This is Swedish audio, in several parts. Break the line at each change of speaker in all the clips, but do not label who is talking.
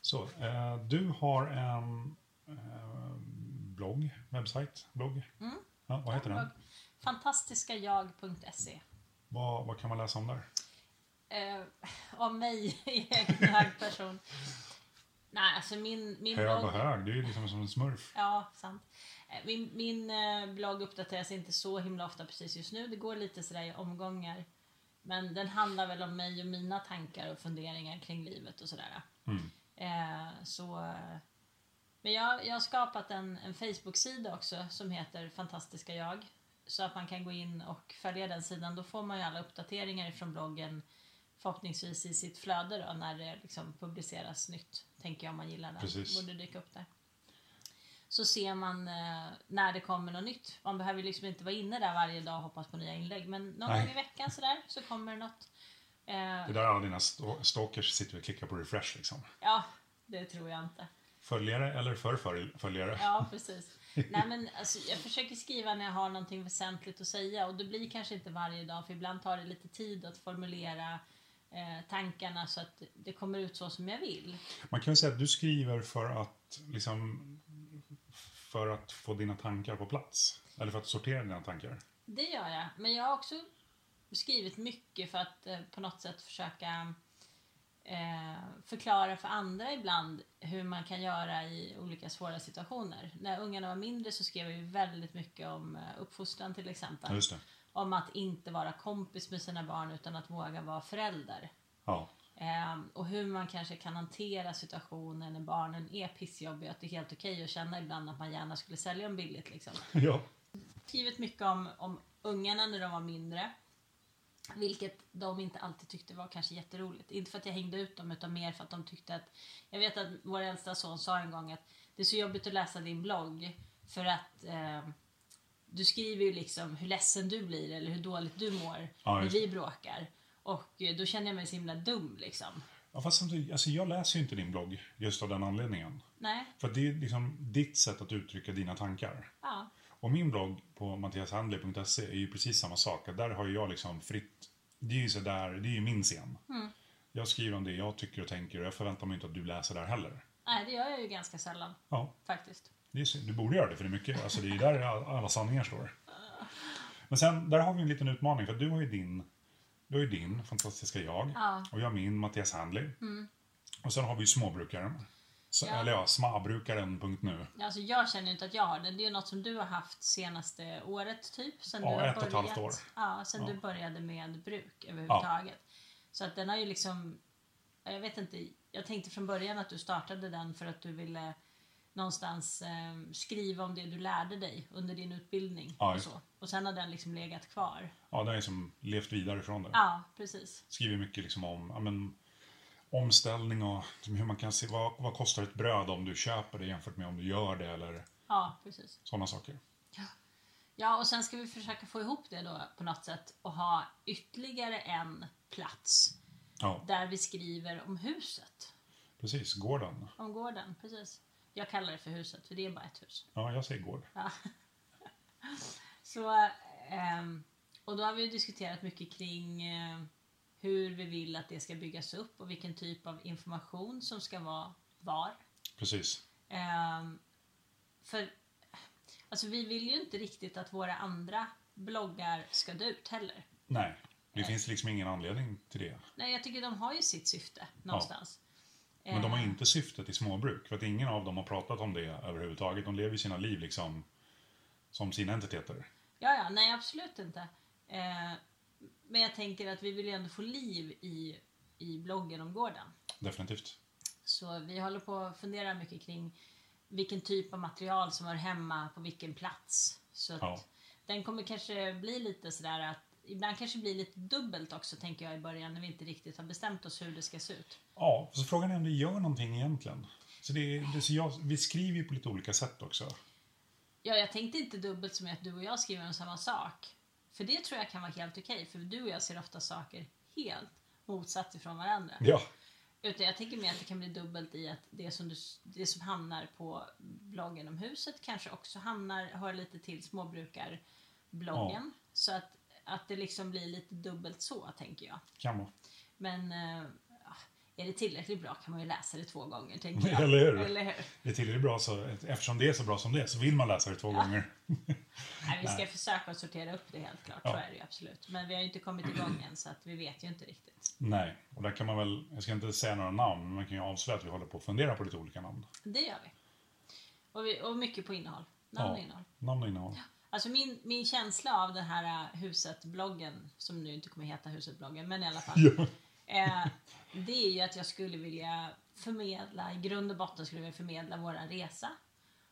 Så, eh, du har en eh, blogg, webbsajt, blogg.
Mm.
Ja, vad heter den?
Fantastiskajag.se
Vad, vad kan man läsa om där?
eh, Om mig i egen hög person. Nej, alltså min, min
Hög
blogg...
och hög, det är ju liksom som en smurf.
Ja, sant. Eh, Min, min eh, blogg uppdateras inte så himla ofta precis just nu. Det går lite sådär i omgångar. Men den handlar väl om mig och mina tankar och funderingar kring livet och sådär.
Mm.
Eh, så, eh, men jag, jag har skapat en, en Facebook-sida också som heter Fantastiska jag. Så att man kan gå in och följa den sidan. Då får man ju alla uppdateringar från bloggen förhoppningsvis i sitt flöde då när det liksom publiceras nytt. Tänker jag om man gillar den.
Precis.
Borde dyka upp där. Så ser man eh, när det kommer något nytt. Man behöver ju liksom inte vara inne där varje dag och hoppas på nya inlägg. Men någon
Nej.
gång i veckan sådär så kommer det något. Eh,
Det där alla dina sto- stalkers sitter och klickar på refresh liksom.
ja, det tror jag inte.
Följare eller för föl- följare?
Ja, precis. Nej, men, alltså, jag försöker skriva när jag har någonting väsentligt att säga och det blir kanske inte varje dag för ibland tar det lite tid att formulera eh, tankarna så att det kommer ut så som jag vill.
Man kan ju säga att du skriver för att liksom för att få dina tankar på plats. Eller för att sortera dina tankar.
Det gör jag, men jag har också skrivit mycket för att eh, på något sätt försöka eh, förklara för andra ibland hur man kan göra i olika svåra situationer. När ungarna var mindre så skrev jag ju väldigt mycket om eh, uppfostran till exempel.
Ja, just det.
om att inte vara kompis med sina barn utan att våga vara förälder.
Ja.
Ehm, och hur man kanske kan hantera situationen när barnen är pissjobbiga. Att det är helt okej att känna ibland att man gärna skulle sälja dem billigt. Liksom.
ja.
Skrivit mycket om, om ungarna när de var mindre. Vilket de inte alltid tyckte var kanske jätteroligt. Inte för att jag hängde ut dem utan mer för att de tyckte att... Jag vet att vår äldsta son sa en gång att det är så jobbigt att läsa din blogg för att eh, du skriver ju liksom hur ledsen du blir eller hur dåligt du mår
Ja,
när
just
vi bråkar. Och eh, då känner jag mig så himla dum liksom.
ja fast samtidigt, alltså jag läser ju inte din blogg just av den anledningen.
Nej,
För att det är liksom ditt sätt att uttrycka dina tankar.
ja.
Och min blogg på mattiashandley.se är ju precis samma sak. Att Där har ju jag liksom fritt... Det är ju, så där, det är ju min scen.
Mm.
Jag skriver om det jag tycker och tänker och jag förväntar mig inte att du läser där heller.
Nej, det gör jag ju ganska sällan
Ja,
faktiskt.
det är, synd. du borde göra det för det är mycket. Alltså det är ju där all- alla sanningar står. Men sen, där har vi en liten utmaning för du har ju din, du har ju din fantastiska jag.
Ja. Mm.
Och jag har min Mattias Handley. Och sen har vi ju småbrukaren. Så,
Ja.
Eller ja, smabrukaren.nu.
Alltså jag känner ju inte att jag har den. Det är ju något som du har haft senaste året typ. Sen
Ja,
du har
ett och ett
börjat-
halvt år.
Ja, sen
Ja.
du började med bruk överhuvudtaget. Så att den har ju liksom, jag vet inte, jag tänkte från början att du startade den för att du ville någonstans eh, skriva om det du lärde dig under din utbildning.
Ja,
och,
just
så. och sen har den liksom legat kvar.
Ja, den är som levt vidare från det.
Ja, precis.
skriver mycket liksom om ja, men, omställning och liksom hur man kan se vad, vad kostar ett bröd om du köper det jämfört med om du gör det eller
Ja, precis.
sådana saker.
Ja, och sen ska vi försöka få ihop det då på något sätt och ha ytterligare en plats
Ja,
där vi skriver om huset.
precis. Gården.
Om gården, precis. Jag kallar det för huset, för det är bara ett hus.
Ja, jag säger gård.
Ja. Så, ehm, och då har vi ju diskuterat mycket kring eh, hur vi vill att det ska byggas upp och vilken typ av information som ska vara var.
Precis.
Ehm, för alltså, vi vill ju inte riktigt att våra andra bloggar ska dö ut heller.
Nej, det finns liksom ingen anledning till det.
Nej, jag tycker de har ju sitt syfte någonstans.
Men de har
Ehm,
inte syftet i småbruk för att ingen av dem har pratat om det överhuvudtaget. De lever ju sina liv liksom som sina entiteter.
Ja, ja, nej absolut inte. Eh, men jag tänker att vi vill ju ändå få liv i, i bloggen om gården.
Definitivt.
Så vi håller på att fundera mycket kring vilken typ av material som hör hemma på vilken plats. Så att
Ja.
den kommer kanske bli lite sådär att Ibland kanske blir lite dubbelt också tänker jag i början när vi inte riktigt har bestämt oss hur det ska se ut.
Ja, så frågan är om det gör någonting egentligen. Så det, det, så jag, vi skriver ju på lite olika sätt också.
Ja, jag tänkte inte dubbelt som i att du och jag skriver om samma sak. För det tror jag kan vara helt okej, för du och jag ser ofta saker helt motsatt ifrån varandra.
Ja,
Utan jag tänker mer att det kan bli dubbelt i att det som, du, det som hamnar på bloggen om huset kanske också hamnar, hör lite till småbrukarbloggen. Så att, att det liksom blir lite dubbelt så, tänker jag.
kan vara.
Men eh, Är det tillräckligt bra kan man ju läsa det två gånger, tänker jag.
Eller hur?
Eller hur?
Det är tillräckligt bra så, eftersom det är så bra som det är så vill man läsa det två gånger.
Nej, vi ska försöka att sortera upp det helt klart,
Ja.
så är det ju absolut. Men vi har ju inte kommit igång än så att vi vet ju inte riktigt.
Nej, och där kan man väl, jag ska inte säga några namn, men man kan ju avslöja att vi håller på att fundera på lite olika namn.
Det gör vi. Och, vi, och mycket på innehåll. Namn och innehåll.
Namn och innehåll.
Alltså min, min känsla av den här eh, huset-bloggen, som nu inte kommer heta huset-bloggen, men i alla fall.
Ja.
Eh, det är ju att jag skulle vilja förmedla, i grund och botten skulle jag vilja förmedla våran resa.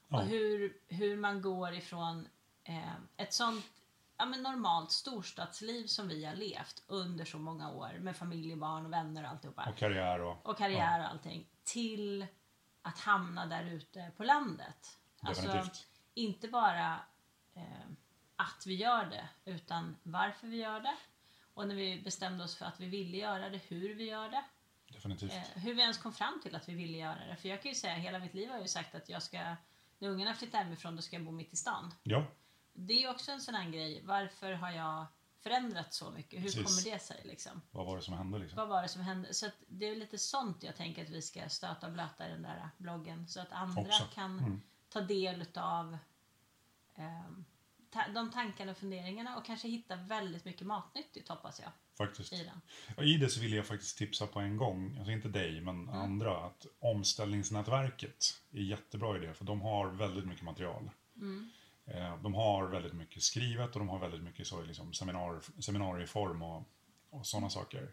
Ja.
Och hur, hur man går ifrån eh, ett sånt ja, men normalt storstadsliv som vi har levt under så många år med familj, barn och vänner och alltihopa.
Och karriär och...
Och karriär och allting. Till att hamna där ute på landet. Alltså,
Definitivt.
inte bara eh, att vi gör det, utan varför vi gör det. Och när vi bestämde oss för att vi ville göra det, hur vi gör det.
Definitivt.
Eh, hur vi ens kom fram till att vi ville göra det. För jag kan ju säga, hela mitt liv har jag ju sagt att jag ska, när ungarna flyttar hemifrån, då ska jag bo mitt i stan.
Ja,
Det är ju också en sån här grej, varför har jag förändrat så mycket? Hur
Precis.
kommer det sig liksom?
vad var det som hände liksom?
Vad var det som hände? Så att det är lite sånt jag tänker att vi ska stöta och blöta i den där bloggen. Så att andra
Också.
kan ta del av ta- de tankarna och funderingarna och kanske hitta väldigt mycket matnyttigt hoppas jag
Faktiskt.
i den.
Och I det så vill jag faktiskt tipsa på en gång, alltså inte dig men andra, att omställningsnätverket är jättebra i det för de har väldigt mycket material. Eh, De har väldigt mycket skrivet och de har väldigt mycket så, liksom, seminar, seminarieform och, och sådana saker.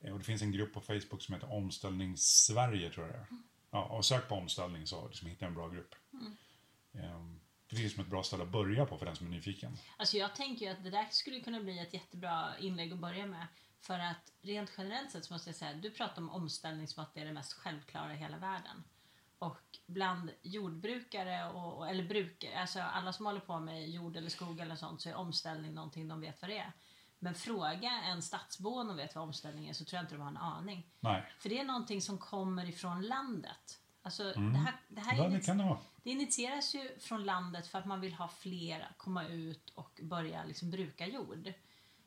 Eh, Och det finns en grupp på Facebook som heter Omställningssverige tror jag det är. Ja, och sök på omställning så liksom, hittar jag en bra grupp. Eh, Det är liksom ett bra ställe att börja på för den som är nyfiken.
Alltså jag tänker ju att det där skulle kunna bli ett jättebra inlägg att börja med. För att rent generellt sett så måste jag säga, du pratar om omställning som att det är det mest självklara i hela världen. Och bland jordbrukare, och, och, eller brukare, alltså alla som håller på med jord eller skog eller sånt så är omställning någonting de vet vad det är. Men fråga en stadsbo om de vet vad omställning är så tror jag inte de har en aning.
Nej,
För det är någonting som kommer ifrån landet. Alltså det här, det här
Mm. ja,
är
det kan det vara.
det initieras ju från landet för att man vill ha fler att komma ut och börja liksom bruka jord.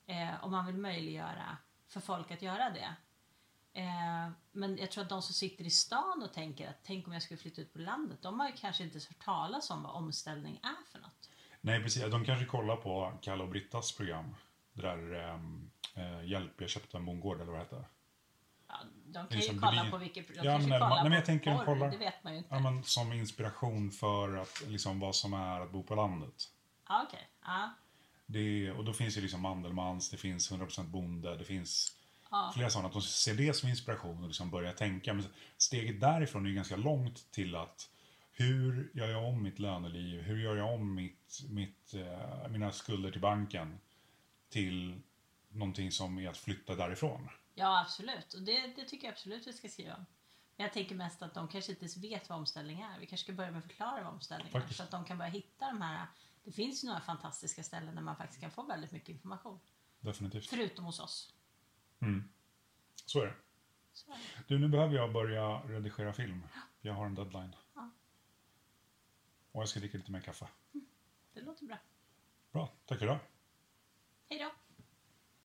Eh, och man vill möjliggöra för folk att göra det. Eh, men jag tror att de som sitter i stan och tänker att tänk om jag skulle flytta ut på landet, de har ju kanske inte ens hört talas om vad omställning är för något.
Nej, precis. De kanske kollar på Kalle och Brittas program. Det där ehm, eh, Hjälp, jag köpte en bondgård eller vad det heter.
Ja, de
Det
kan
är
ju
som
kolla
blir-
på vilket... De
Ja,
kanske
men-
kollar
nej, men
på
jag tänker de
porr,
kollar-
det vet man ju inte.
Ja, men som inspiration för att, liksom, vad som är att bo på landet.
Ja, okej. Ja.
Det är, och då finns ju liksom Mandelmans, det finns 100% bonde, det finns
Ja.
flera sådana. Att de ser det som inspiration och liksom börjar tänka. Men steget därifrån är ju ganska långt till att hur gör jag om mitt löneliv? Hur gör jag om mitt, mitt, eh, mina skulder till banken? Till någonting som är att flytta därifrån.
Ja, absolut. Och det, det tycker jag absolut vi ska skriva om. Men jag tänker mest att de kanske inte ens vet vad omställning är. Vi kanske ska börja med att förklara vad omställning är.
Faktiskt.
Så att de kan börja hitta de här... Det finns ju några fantastiska ställen där man faktiskt kan få väldigt mycket information.
Definitivt.
Förutom hos oss.
Så är det.
Så är det.
Du, nu behöver jag börja redigera film. Jag har en deadline.
Ja.
Och jag ska dricka lite mer kaffe.
det låter bra.
Bra, tack för idag.
Hej då!